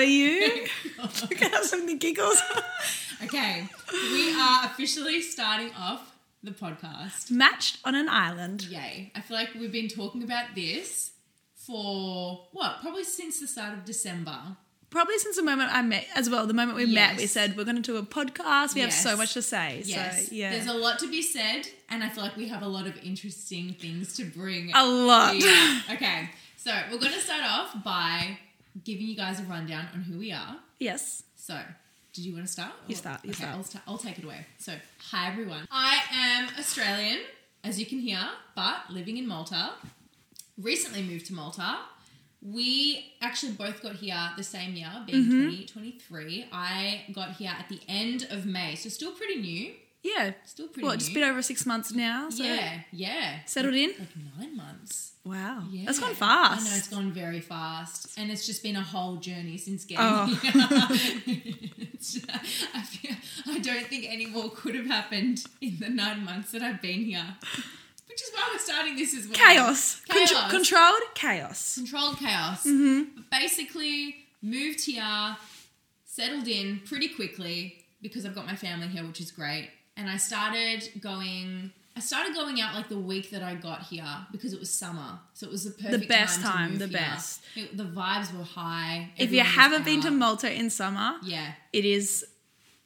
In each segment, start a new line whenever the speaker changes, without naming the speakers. you? Look at us having the giggles.
Okay, we are officially starting off the podcast.
Matched on an island.
Yay. I feel like we've been talking about this for what? Probably since the start of December.
Probably since the moment I met, as well, the moment we met, we
Yes.
said we're going to do a podcast. We have so
Yes.
much to say.
Yes.
So, yeah.
There's a lot to be said, and I feel like we have a lot of interesting things to bring.
A lot.
Yeah. Okay, so we're going to start off by giving you guys a rundown on who we are.
yes.
So, did you want to start?
You start, you
okay,
start.
I'll, sta- I'll take it away. So, hi everyone. I am Australian, as you can hear, but living in Malta. Recently moved to Malta. We actually both got here the same year, being
Mm-hmm.
2023. I got here at the end of May, so still pretty new.
Yeah.
Still pretty
What,
new.
just a bit over six months now? So
yeah, yeah.
Settled in?
Like nine months.
Wow.
Yeah.
That's gone
I know, it's
fast.
gone very fast. And it's just been a whole journey since getting
Oh.
here. It's- I, feel, I don't think any more could have happened in the nine months that I've been here. Which is why we're starting this as well.
Chaos. Contr-
Chaos.
controlled chaos.
Controlled chaos.
Mm-hmm.
But basically, moved here, settled in pretty quickly because I've got my family here, which is great. And I started going. I started going out like the week that I got here because it was summer, so it was the perfect
best
time,
time,
to move
the
here.
best.
It- the vibes were high.
If you
everyone was
haven't been to
out.
Malta in summer,
yeah,
it is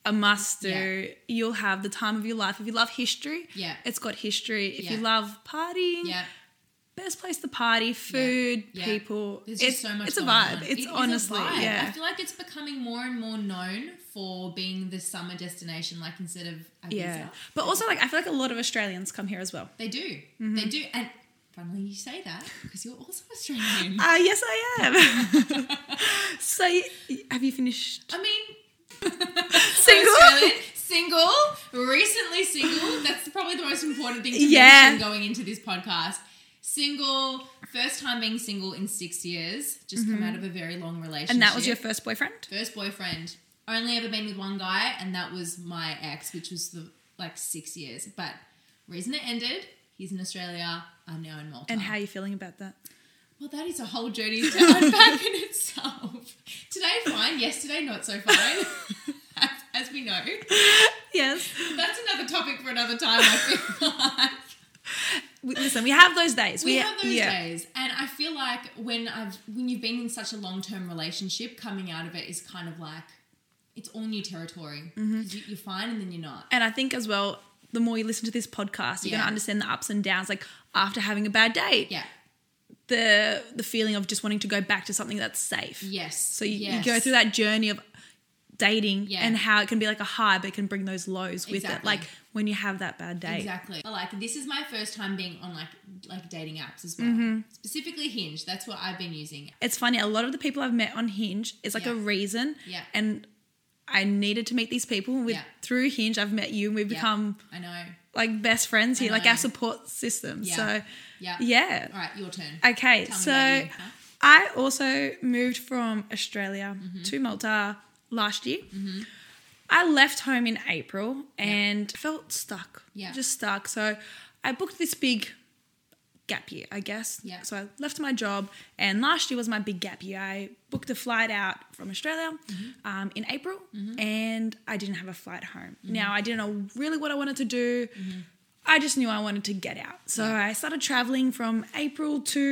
a must do. You'll have the time of your life. If you love history,
Yeah.
it's got history. If you
Yeah.
love partying,
yeah,
best place to party, food,
Yeah.
people.
There's
it's
just so much.
It's a
going
vibe.
on. It
It's
is a
honestly,
vibe. I
yeah.
feel like it's becoming more and more known for being the summer destination, like instead of Ibiza.
yeah. But also, like, I feel like a lot of Australians come here as well.
They do.
Mm-hmm.
They do. And funnily, you say that because you're also Australian.
Uh, yes, I am. so, y- have you finished?
I mean,
Single?
Australian, single, recently single. That's probably the most important thing to
Yeah.
mention going into this podcast. Single, first time being single in six years. Just come out of a very long relationship.
Mm-hmm. And that was your first boyfriend?
first boyfriend. Only ever been with one guy, and that was my ex, which was the like six years. But reason it ended. He's in Australia. I'm now in Malta.
And how are you feeling about that?
Well, that is a whole journey to unpack in itself. Today, fine. Yesterday, not so fine. as, as we know.
Yes.
That's another topic for another time, I feel like.
We, listen, we have those days.
We have those
yeah.
days. And I feel like when I've when you've been in such a long term relationship, coming out of it is kind of like it's all new territory.
Mm-hmm.
'Cause You, you're fine and then you're not.
And I think as well, the more you listen to this podcast, you're
Yeah.
gonna understand the ups and downs. Like after having a bad day,
Yeah.
the the feeling of just wanting to go back to something that's safe.
Yes.
So you,
yes.
you go through that journey of dating
Yeah.
and how it can be like a high, but it can bring those lows with it.
Exactly.
Like when you have that bad day.
Exactly. But, Like this is my first time being on like like dating apps as well.
Mm-hmm.
Specifically Hinge. That's what I've been using.
It's funny. A lot of the people I've met on Hinge, it's like
Yeah.
a reason.
Yeah.
And I needed to meet these people. With
Yeah.
through Hinge, I've met you, and we've
Yeah,
become
I know.
like best friends here, like
know.
our support system.
Yeah.
So
Yeah.
yeah.
All right, your turn.
Okay,
Tell me
so
about you, huh?
I also moved from Australia
Mm-hmm.
to Malta last year. I left home in April and felt stuck.
Yeah.
Just stuck. So I booked this big gap year, I guess.
Yeah.
So I left my job, and last year was my big gap year. I booked a flight out from Australia
Mm-hmm.
um, in April, and I didn't have a flight home.
Mm-hmm.
Now I didn't know really what I wanted to do. I just knew I wanted to get out. So I started traveling from April to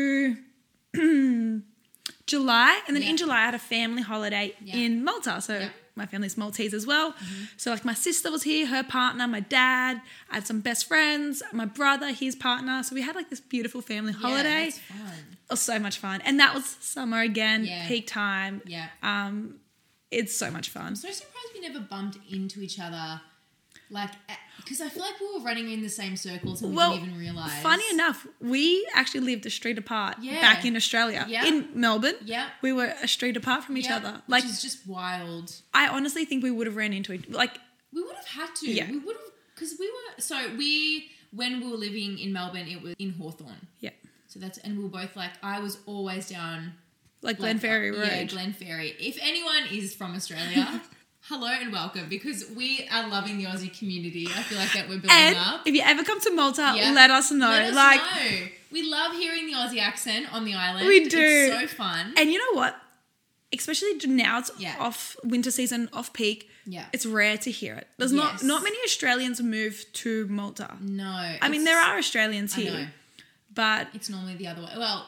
July, and then
Yeah.
in July I had a family holiday
Yeah.
in Malta. So
Yeah. Mm-hmm.
my family's Maltese as well. So like my sister was here, her partner, my dad. I had some best friends, my brother, his partner. So we had like this beautiful family
Yeah,
holiday.
that's fun.
it was so much fun, and that was summer again,
Yeah.
peak time.
Yeah.
Um, it's so much fun.
so surprised we never bumped into each other. Like, because I feel like we were running in the same circles and
Well,
we didn't even realize.
Funny enough, we actually lived a street apart
Yeah.
back in Australia,
Yeah.
in Melbourne.
Yeah.
we were a street apart from each
Yeah,
other.
Like,
Like
which is just wild.
I honestly think we would have ran into each like
We would have had to.
Yeah.
We would have, because we were, so we, when we were living in Melbourne, it was in Hawthorn.
yeah,
So that's, and we were both like, I was always down
like Glenferrie Road.
uh, Yeah, Glen Ferry. If anyone is from Australia, hello and welcome because we are loving the Aussie community. I feel like that we're building
and
up.
if you ever come to Malta,
Yeah.
let us know.
Let us
like,
know. we love hearing the Aussie accent on the island.
We do.
It's so fun.
and you know what? especially now it's
Yeah.
off winter season, off peak.
Yeah.
It's rare to hear it. There's not
Yes.
not many Australians move to Malta.
No.
I mean, there are Australians
I
here,
know.
but
It's normally the other way. Well,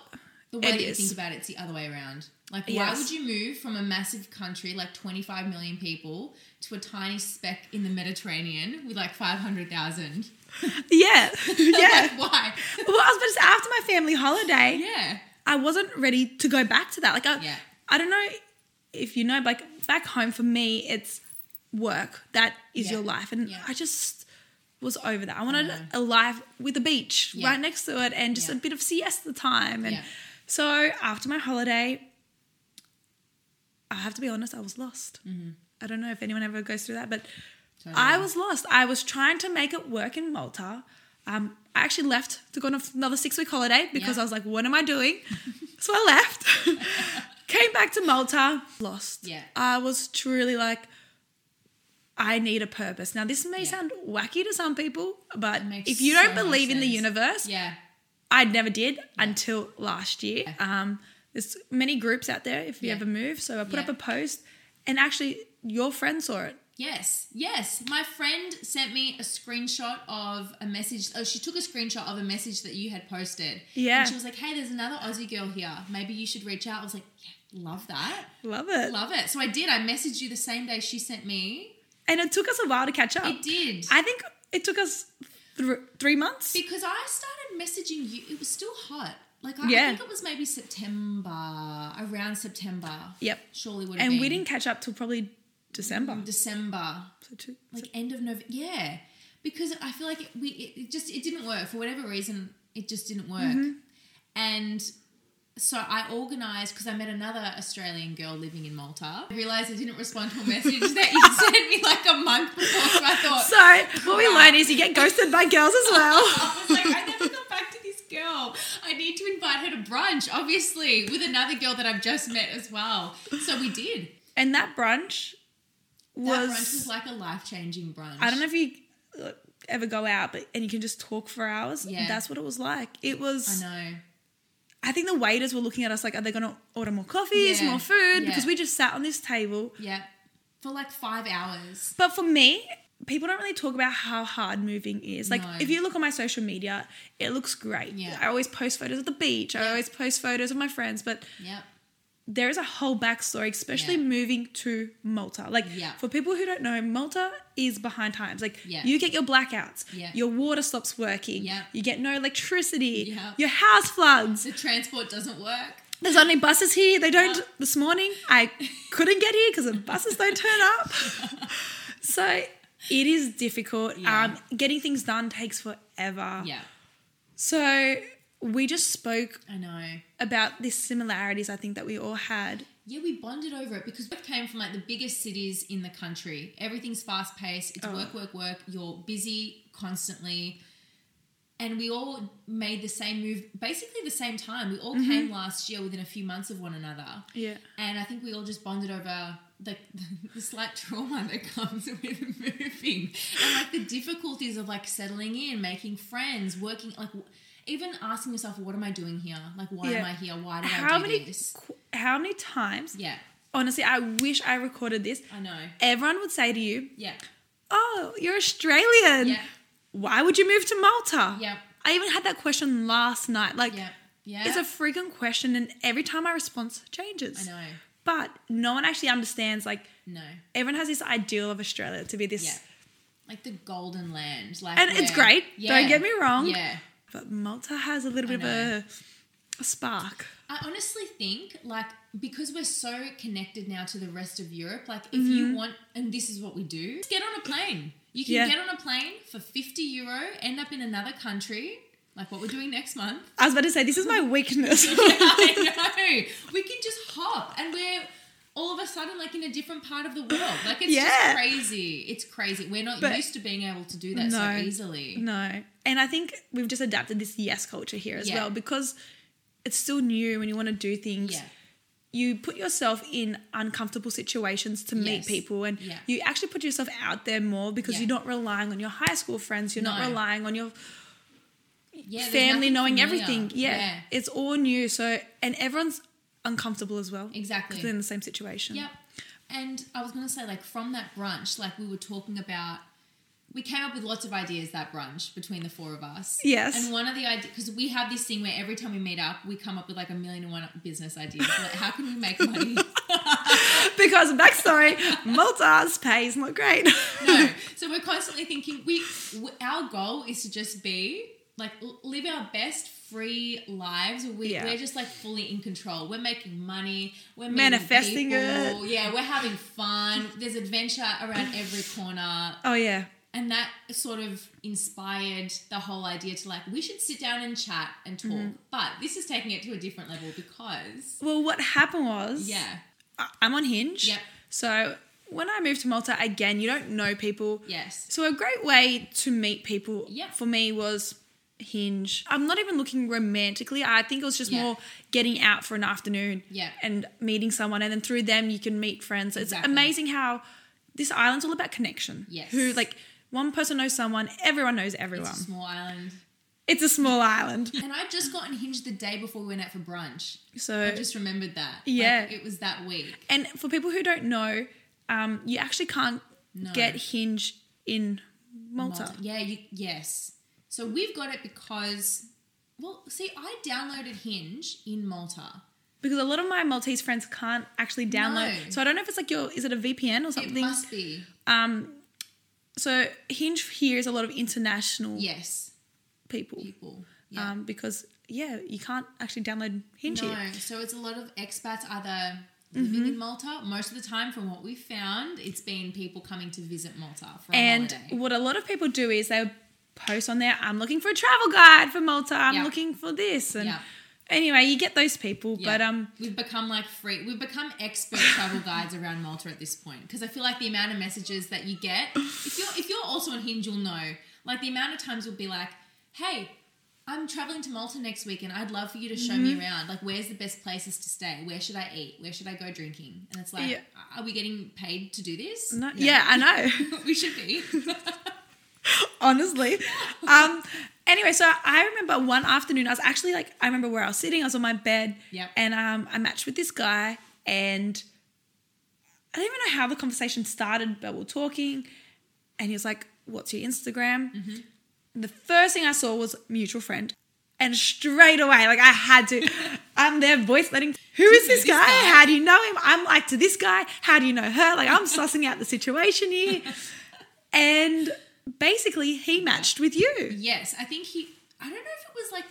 the way
It
that
is.
you think about it, it's the other way around. Like, why
Yes.
would you move from a massive country like 25 million people to a tiny speck in the Mediterranean with like 500,000?
yeah, yeah.
like, why?
well, I was about to say after my family holiday,
yeah.
I wasn't ready to go back to that. Like, I,
Yeah.
I don't know if you know, but like back home for me, it's work. That is
Yeah.
your life, and
Yeah.
I just was over that. I wanted
know.
a life with a beach
Yeah.
right next to it, and just
Yeah.
a bit of siesta time. And
Yeah.
so after my holiday, I have to be honest, I was lost.
Mm-hmm.
I don't know if anyone ever goes through that, but I was lost. I was trying to make it work in Malta. Um, I actually left to go on another six week holiday because
Yeah.
I was like, what am I doing? so I left, came back to Malta, lost.
Yeah.
I was truly like, I need a purpose. Now, this may
Yeah.
sound wacky to some people, but
It makes
if you don't
so much
believe in the
sense.
universe,
Yeah.
I never did until last year. Um, there's many groups out there if you
Yeah.
ever move. So I put
Yeah.
up a post, and actually, your friend saw it.
Yes, yes. My friend sent me a screenshot of a message. Oh, she took a screenshot of a message that you had posted.
Yeah.
And she was like, hey, there's another Aussie girl here. Maybe you should reach out. I was like, yeah, love that.
Love it.
Love it. So I did. I messaged you the same day she sent me.
And it took us a while to catch up.
It did.
I think it took us th- three months.
because I started messaging you. It was still hot. Like, I, I
Yeah.
think it was maybe September, around September.
Yep.
Surely would have
And
been.
we didn't catch up till probably December.
December.
So two-
Mm-hmm. like end of November. Yeah, because I feel like it, we it, it just it didn't work for whatever reason. It just didn't work,
Mm-hmm.
and so I organised because I met another Australian girl living in Malta. I realised I didn't respond to a message that you sent me like a month before. So I thought
So what we learn is you get ghosted by girls as well.
I was like, I never got back to this girl. I need to invite her to brunch, obviously, with another girl that I've just met as well. So we did.
And that brunch was,
That brunch was like a life changing brunch.
I don't know if you uh, ever go out but, and you can just talk for hours.
Yeah.
That's what it was like. It
I
was, I,
know.
think the waiters were looking at us like, are they going to order more coffees,
Yeah.
more food?
Yeah.
Because we just sat on this table.
Yeah. For like five hours.
But for me, people don't really talk about how hard moving is. Like,
No.
if you look on my social media, it looks great.
Yeah.
I always post photos of the beach. I always post photos of my friends. But
Yep.
there is a whole backstory, especially
Yeah.
moving to Malta. Like,
Yeah.
for people who don't know, Malta is behind times. Like,
Yeah.
you get your blackouts.
Yeah.
Your water stops working.
Yeah.
You get no electricity.
Yeah.
Your house floods.
The transport doesn't work.
There's only buses here. They don't.
Yeah.
This morning, I couldn't get here because the buses don't turn up. so it is difficult.
Yeah.
Um, getting things done takes forever.
Yeah,
So we just spoke
I know.
about these similarities. I think that we all had.
Yeah, we bonded over it because we both came from like the biggest cities in the country. Everything's fast paced. It's work, work, work. You're busy constantly. And we all made the same move basically the same time. We all came last year within a few months of one another.
Yeah.
And I think we all just bonded over the, the slight trauma that comes with moving and like the difficulties of like settling in, making friends, working, like w- even asking yourself, what am I doing here? Like, why am
Yeah.
I here? Why did
How
I do
many?
this?
qu- How many times?
Yeah,
Honestly, I wish I recorded this.
I know.
Everyone would say to you,
Yeah,
"Oh, you're Australian.
Yeah.
Why would you move to Malta?"
Yeah.
I even had that question last night. Like.
yeah, yeah.
It's a freaking question, and every time my response changes.
I know.
But no one actually understands. Like
No,
everyone has this ideal of Australia to be this,
yeah. Like the golden land. Like
and it's
where-
great. Don't get me wrong.
Yeah.
But Malta has a little bit of
know.
a, a spark.
I honestly think, like, because we're so connected now to the rest of Europe, like, if you want, and this is what we do, get on a plane. You can
Mm-hmm. Yeah.
get on a plane for 50 euro, end up in another country, like what we're doing next month.
I was about to say this is my weakness.
I know. We can just hop, and we're all of a sudden, like, in a different part of the world. Like, it's
Yeah.
just crazy. It's crazy. We're not
But-
used to being able to do that
No.
so easily.
no, and I think we've just adapted this yes culture here as
Yeah.
well because it's still new and you want to do things.
Yeah.
You put yourself in uncomfortable situations to meet
Yes.
people, and
Yeah.
you actually put yourself out there more because
Yeah.
you're not relying on your high school friends. You're
No.
not relying on your
Yeah, there's
family
nothing
knowing
familiar.
everything. Yeah, It's all new. So, and everyone's uncomfortable as well.
Exactly.
Because they're in the same situation.
Yep. And I was going to say, like, from that brunch, like, we were talking about, we came up with lots of ideas that brunch between the four of us.
Yes.
And one of the ideas, because we have this thing where every time we meet up, we come up with like a million and one business ideas. Like, how can we make money?
Because backstory, Malta's pay is not great.
no. So we're constantly thinking, we, w our goal is to just be like, l- live our best free lives. We,
Yeah.
We're just like fully in control. We're making money. We're meeting
Manifesting
people. Yeah. We're having fun. There's adventure around every corner.
Oh yeah.
and that sort of inspired the whole idea to like we should sit down and chat and talk but this is taking it to a different level because
Well, what happened was,
yeah
I- I'm on Hinge.
Yep.
So when I moved to Malta again, you don't know people.
yes
So a great way to meet people
Yeah.
for me was Hinge. I'm not even looking romantically. I think it was just
Yeah.
more getting out for an afternoon
Yeah.
and meeting someone and then through them you can meet friends. It's
Exactly.
amazing how this island's all about connection.
Yes.
Who like one person knows someone, everyone knows
it's
everyone.
a small island
It's a small island.
and i just got on hinge the day before we went out for brunch
So
i just remembered that Like,
Yeah.
it was that week
And for people who don't know, um, you actually can't
No.
get Hinge in Malta.
Malta. yeah you, yes so we've got it because well see i downloaded hinge in malta
because a lot of my Maltese friends can't actually download.
No.
So I don't know if it's like your is it a VPN or
it
something.
must be
so Hinge here is a lot of international
yes
people
people yeah
um, because yeah, you can't actually download Hinge.
No,
here.
so it's a lot of expats either living
Mm-hmm.
in Malta. Most of the time, from what we found, it's been people coming to visit Malta for a
And
holiday.
what a lot of people do is they post on there, I'm looking for a travel guide for Malta. I'm
Yeah.
looking for this. And
Yeah.
anyway, you get those people,
Yeah.
but um,
we've become like free. We've become expert travel guides around Malta at this point because I feel like the amount of messages that you get, if you're if you're also on Hinge, you'll know. Like the amount of times we'll be like, "Hey, I'm traveling to Malta next week, and I'd love for you to show
Mm-hmm.
me around. Like, where's the best places to stay? Where should I eat? Where should I go drinking?" And it's like,
Yeah.
"Are we getting paid to do this?
no,
No.
yeah, I know.
we should be."
honestly. Um, anyway, so I remember one afternoon, I was actually like, I remember where I was sitting. I was on my bed,
Yep.
and um, I matched with this guy, and I don't even know how the conversation started, but we we're talking, and he was like, "What's your Instagram?"
Mm-hmm.
The first thing I saw was mutual friend. And straight away, like I had to, I'm there voice letting. Who is this
This
guy?
guy.
How do you know him? I'm like to this guy. How do you know her? Like I'm sussing out the situation here and basically he matched with you
Yes, I think he. I don't know if it was like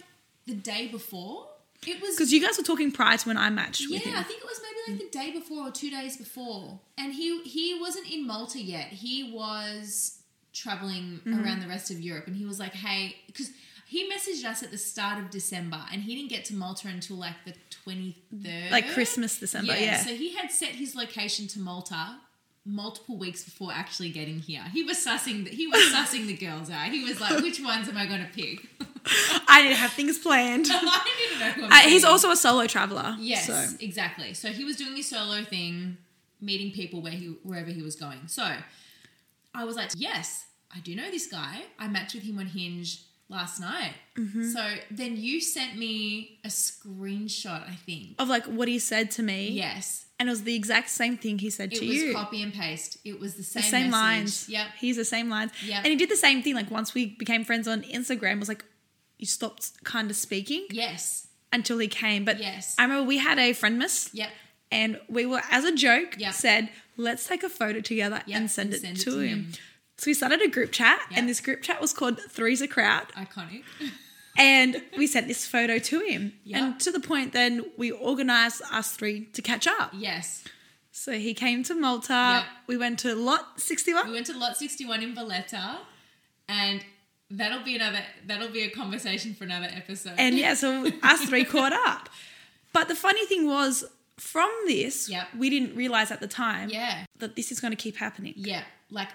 the day before. It was.
because you guys were talking prior to when I matched
yeah,
with him.
I think it was maybe like the day before or two days before. And he he wasn't in Malta yet. He was traveling
Mm-hmm.
around the rest of Europe, and he was like, "Hey," because he messaged us at the start of December, and he didn't get to Malta until like the twenty third,
Like Christmas, December, yeah.
So he had set his location to Malta multiple weeks before actually getting here. He was sussing. The, he was sussing the girls out. He was like, "Which ones am I going to pick?"
I need to have things planned.
I didn't know who I'm
Uh, he's
dating.
also a solo traveler.
yes,
So.
exactly. So he was doing this solo thing, meeting people where he wherever he was going. So I was like, yes, I do know this guy. I matched with him on Hinge last night.
Mm-hmm.
So then you sent me a screenshot, I think.
Of like what he said to me.
Yes,
And it was the exact same thing he said
it
to
was
you.
copy and paste. It was the
the
same,
same
message.
lines.
Yep.
He's the same lines.
Yep.
And he did the same thing. Like once we became friends on Instagram, it was like you stopped kind of speaking
Yes.
until he came. But
Yes.
I remember we had a friend miss.
Yep.
and we were as a joke
Yeah.
said let's take a photo together
Yeah,
and send,
and
it,
send
to him. so we started a group chat
Yeah.
and this group chat was called three's a crowd
Iconic.
and we sent this photo to him
Yeah.
and to the point then we organized us three to catch up
yes.
so he came to malta
Yeah.
we went to lot 61
We went to Lot 61 in Valletta, and that'll be another that'll be a conversation for another episode.
and yeah so us three caught up but the funny thing was from this
Yeah.
we didn't realize at the time
yeah,
that this is going to keep happening
yeah, like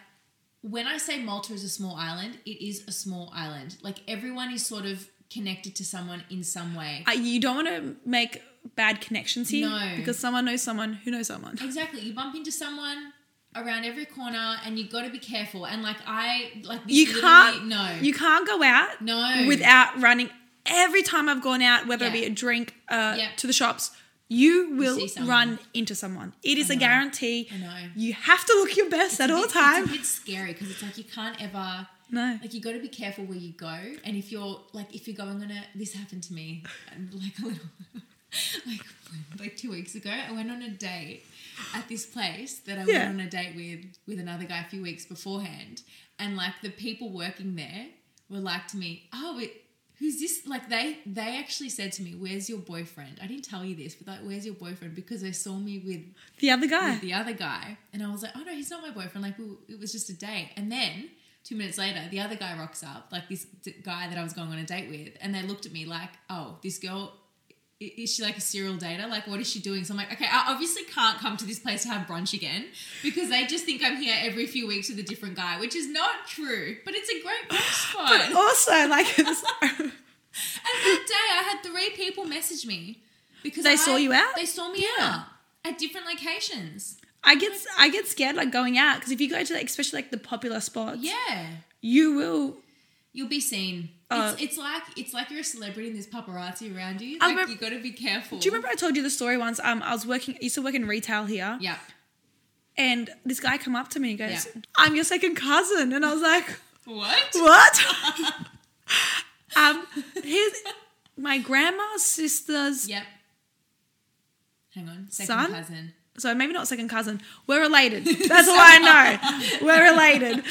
when I say Malta is a small island, it is a small island. Like everyone is sort of connected to someone in some way.
Uh, you don't want to make bad connections here
No.
because someone knows someone who knows someone.
exactly, you bump into someone around every corner, and you got to be careful. And like I like this
You
literally-
can't
no
You can't go out
No.
without running. Every time I've gone out, whether it
Yeah.
be a drink uh,
Yeah.
to the shops, you will
see someone.
run into someone. It is a
know.
guarantee.
I know.
You have to look your best at all
It's- It's
time.
a bit scary because it's like you can't ever.
No.
Like you got to be careful where you go, and if you're like if you're going on a this happened to me um, like a little like like two weeks ago, I went on a date at this place that I
Yeah.
went on a date with with another guy a few weeks beforehand, and like the people working there were like to me, oh. It, Who's this? Like they they actually said to me, "Where's your boyfriend?" I didn't tell you this, but like, "Where's your boyfriend?" Because they saw me with
The other guy.
with the other guy. And I was like, oh no, he's not my boyfriend. Like, we- it was just a date. And then two minutes later, the other guy rocks up, like this d- guy that I was going on a date with. And they looked at me like, oh, this girl, i- is she like a serial dater? Like, what is she doing? So I'm like, okay, I obviously can't come to this place to have brunch again because they just think I'm here every few weeks with a different guy, which is not true. But it's a great brunch spot.
But also, like, it's-
And that day, I had three people message me because
They
I-
saw you out?
They saw me out at different locations.
I get I get scared like going out because if you go to like, especially like the popular spots,
Yeah.
you will.
You'll be seen.
Uh,
it's, it's like it's like you're a celebrity and there's paparazzi around you.
I
Like
remem-
you got to be careful.
Do you remember I told you the story once? Um, I was working, I used to work in retail here,
Yeah.
and this guy come up to me and goes,
Yeah.
"I'm your second cousin," and I was like,
What?
"What?" um, his my grandma's sister's
Yep. Hang on. Second
Son?
cousin.
so maybe not second cousin. We're related. That's all I know. We're related.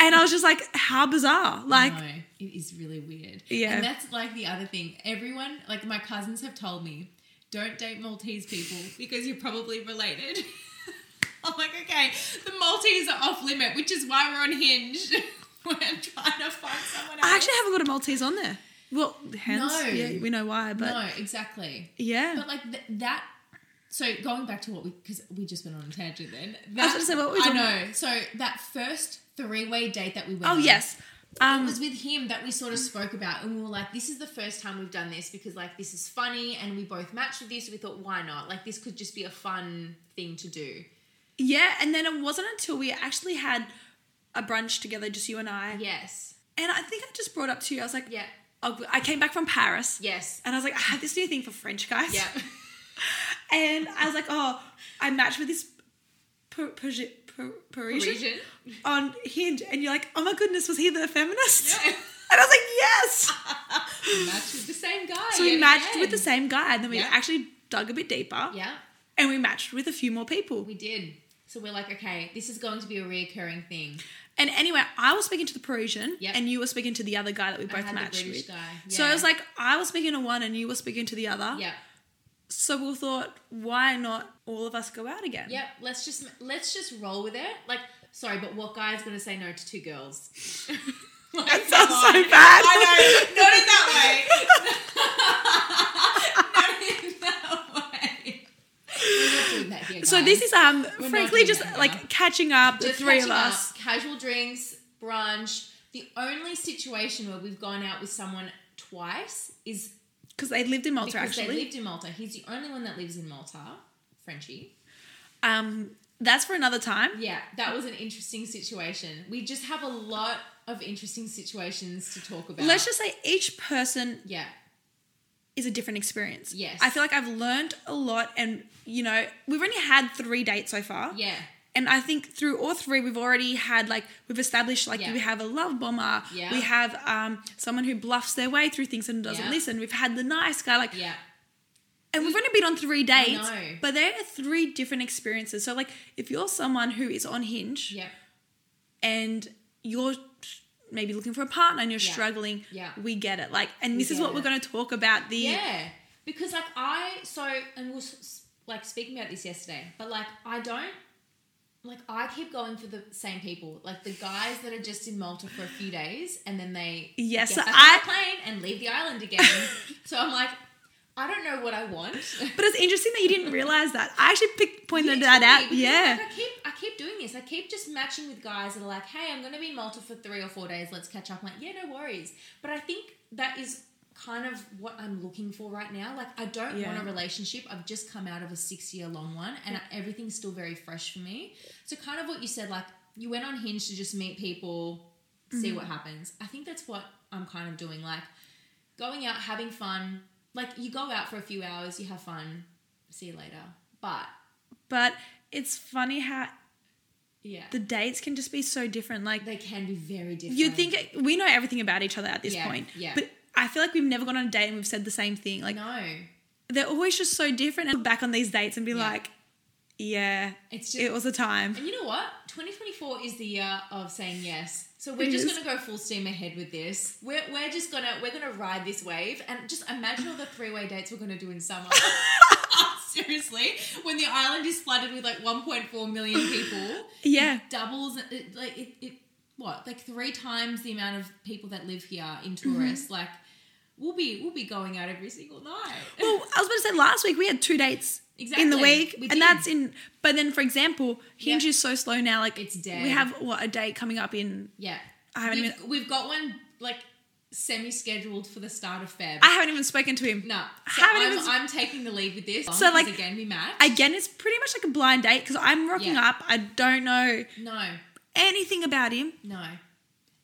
And I was just like, how bizarre. Like,
no, it is really weird.
Yeah.
And that's like the other thing. Everyone, like my cousins, have told me, don't date Maltese people because you're probably related. I'm like, okay, the Maltese are off limit, which is why we're on Hinge. we're trying to find someone else.
I actually have a lot of Maltese on there. Well, hence,
No.
yeah, we know why, but
no, exactly.
yeah.
But like th- that. So going back to what we because we just went on a tangent then. That,
was gonna say, what were we
I
talking
know. So that first three way date that we went.
oh,
on,
yes.
It
Um,
was with him that we sort of spoke about, and we were like, "This is the first time we've done this because like this is funny, and we both matched with this. We thought, why not? Like this could just be a fun thing to do."
yeah, and then it wasn't until we actually had a brunch together, just you and I.
Yes.
And I think I just brought up to you, I was like,
Yeah.
I I came back from Paris.
Yes.
And I was like, I have this new thing for French guys.
Yeah.
And I was like, oh, I matched with this per- per- per- Parisian.
Parisian.
on Hinge, and you're like, oh my goodness, was he the feminist?
Yeah.
And I was like, yes.
matched with the same guy.
So we
yet
matched
again.
with the same guy, and then we
Yeah.
actually dug a bit deeper,
Yeah.
and we matched with a few more people.
We did. So we're like, okay, this is going to be a reoccurring thing.
And anyway, I was speaking to the Parisian,
Yep.
and you were speaking to the other guy that we
I
both
had the
matched
British
with.
guy,
So
yeah.
it was like I was speaking to one, and you were speaking to the other.
Yeah.
So we thought, why not all of us go out again?
Yep. Let's just let's just roll with it. Like, sorry, but what guy's gonna say no to two girls? Like,
That sounds
come on.
so bad.
I know. Not in that way. Not in that way. We're not doing that here,
So
guys.
this is um,
not
frankly,
doing
just
that now.
like catching up, the
Just
three of
catching up,
us.
casual drinks, brunch. The only situation where we've gone out with someone twice is
because they lived in Malta
because
actually.
they lived in Malta. He's the only one that lives in Malta, Frenchie.
um, that's for another time.
Yeah, that was an interesting situation. We just have a lot of interesting situations to talk about.
Let's just say each person
yeah,
is a different experience.
Yes.
I feel like I've learned a lot, and you know, we've only had three dates so far.
yeah,
And I think through all three, we've already had like we've established like
Yeah.
we have a love bomber,
Yeah.
we have um someone who bluffs their way through things and doesn't
Yeah.
listen. We've had the nice guy, like,
yeah,
and we've only been on three dates,
know.
but they are three different experiences. So like, if you're someone who is on Hinge
yeah,
and you're maybe looking for a partner and you're
Yeah.
struggling,
Yeah.
we get it. Like, and this is
get
what we're
it.
going to talk about. The
yeah. Because like I so and we were s- s- like speaking about this yesterday, but like I don't like I keep going for the same people, like the guys that are just in Malta for a few days and then they
Yes,
get back
I-
on the plane and leave the island again. so I'm like, I don't know what I want.
But it's interesting that you didn't realize that. I actually picked, pointed that out.
Because,
Yeah.
Like, I keep I keep doing this. I keep just matching with guys that are like, hey, I'm gonna be in Malta for three or four days, let's catch up. I'm like, yeah, no worries. But I think that is kind of what I'm looking for right now. Like I don't
Yeah.
want a relationship. I've just come out of a six year long one and everything's still very fresh for me. So kind of what you said, like you went on hinge to just meet people, see
Mm-hmm.
what happens. I think that's what I'm kind of doing. Like going out, having fun. Like you go out for a few hours, you have fun, see you later. But
But it's funny how
yeah,
the dates can just be so different. Like
they can be very different.
you'd think it- we know everything about each other at this
Yeah,
point.
yeah.
But I feel like we've never gone on a date and we've said the same thing. Like
no,
they're always just so different. And look back on these dates and be
Yeah.
like, yeah,
it's just
it was a time.
And you know what? 2024 is the year of saying yes. So we're
It
just
is.
going to go full steam ahead with this. We're, we're just going to we're going to ride this wave and just imagine all the three-way dates we're going to do in summer. Seriously, when the island is flooded with like 1.4 million people,
Yeah.
doubles it, like it, it what like three times the amount of people that live here in
Mm-hmm.
tourists. Like we'll be we'll be going out every single night.
Well, I was going to say last week we had two dates in
Exactly.
the week,
We did.
and that's in. But then, for example, Hinge
Yeah.
is so slow now. Like
It's dead.
We have what a date coming up in.
yeah,
I haven't
we've,
even.
we've got one like semi-scheduled for the start of Feb.
I haven't even spoken to him.
No. So
Haven't
I'm,
even-
I'm taking the lead with this.
So, like-
because again, we match.
Again, it's pretty much like a blind date because I'm rocking
Yeah.
up. I don't know
no,
anything about him.
no.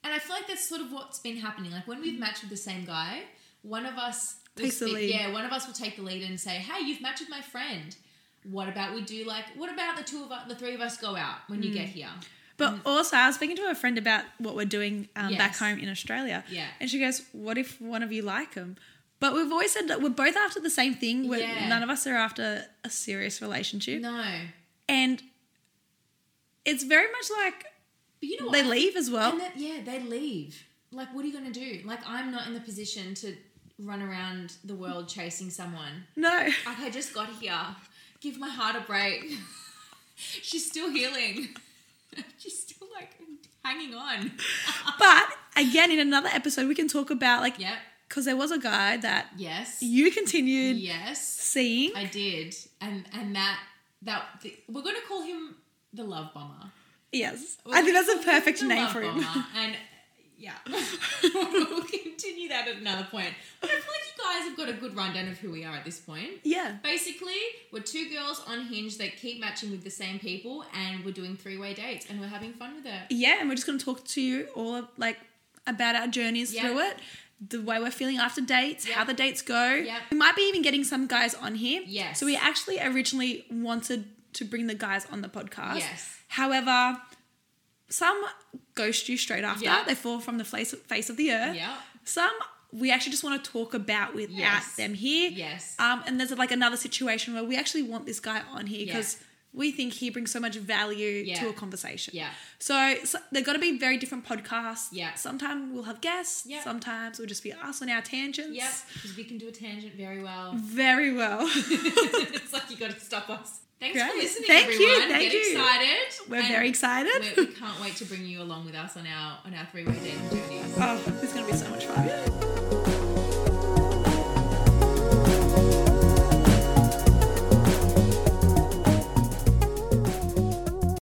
And I feel like that's sort of what's been happening. Like when we've matched with the same guy, one of us will
Takes the
speak-
lead.
Yeah, one of us will take the lead and say, "Hey, you've matched with my friend. What about we do like? What about the two of us, the three of us go out when
Hmm.
you get here?
But also, I was speaking to a friend about what we're doing um, back
Mm. Yes.
home in Australia.
Yeah.
And she goes, What if one of you like him? But we've always said that we're both after the same thing. We're,
Yeah.
None of us are after a serious relationship.
No,
And it's very much like
but you know what?
they leave as well.
Oh, And then, yeah, they leave. Like, what are you going to do? Like, I'm not in the position to run around the world chasing someone.
no.
Like I just got here. Give my heart a break. She's still healing. She's still like hanging on.
But again, in another episode, we can talk about like,
Yep.
because there was a guy that
Yes.
you continued
Yes.
seeing.
I did. And and that that we're gonna call him the love bomber.
yes.
We're
I think
gonna
that's a
call him
perfect
the
name
love
for him.
bomber. And yeah, we'll continue that at another point. But I feel like you guys have got a good rundown of who we are at this point.
Yeah.
Basically, we're two girls on Hinge that keep matching with the same people, and we're doing three-way dates, and we're having fun with it.
Yeah. And we're just going to talk to you all of, like about our journeys
Yeah.
through it. The way we're feeling after dates,
Yeah.
how the dates go.
Yeah.
We might be even getting some guys on here.
Yes.
So we actually originally wanted to bring the guys on the podcast.
Yes.
However, some ghost you straight after.
Yeah.
They fall from the face face of the earth.
Yeah.
Some we actually just want to talk about without
Yes.
them here.
Yes.
Um, and there's like another situation where we actually want this guy on here
Yeah.
because we think he brings so much value
Yeah.
to a conversation.
Yeah.
So, so they're going to be very different podcasts.
Yeah.
Sometimes we'll have guests.
Yeah.
Sometimes we'll just be us on our tangents.
Yep, because we can do a tangent very well.
Very well.
it's like you got to stop us. Thanks for
Great.
listening,
Thank you,
everyone.
thank
Get
you.
excited.
We're
and
very excited.
We, we can't wait to bring you along with us on our on our three-way dating journeys.
oh, it's going to be so much fun.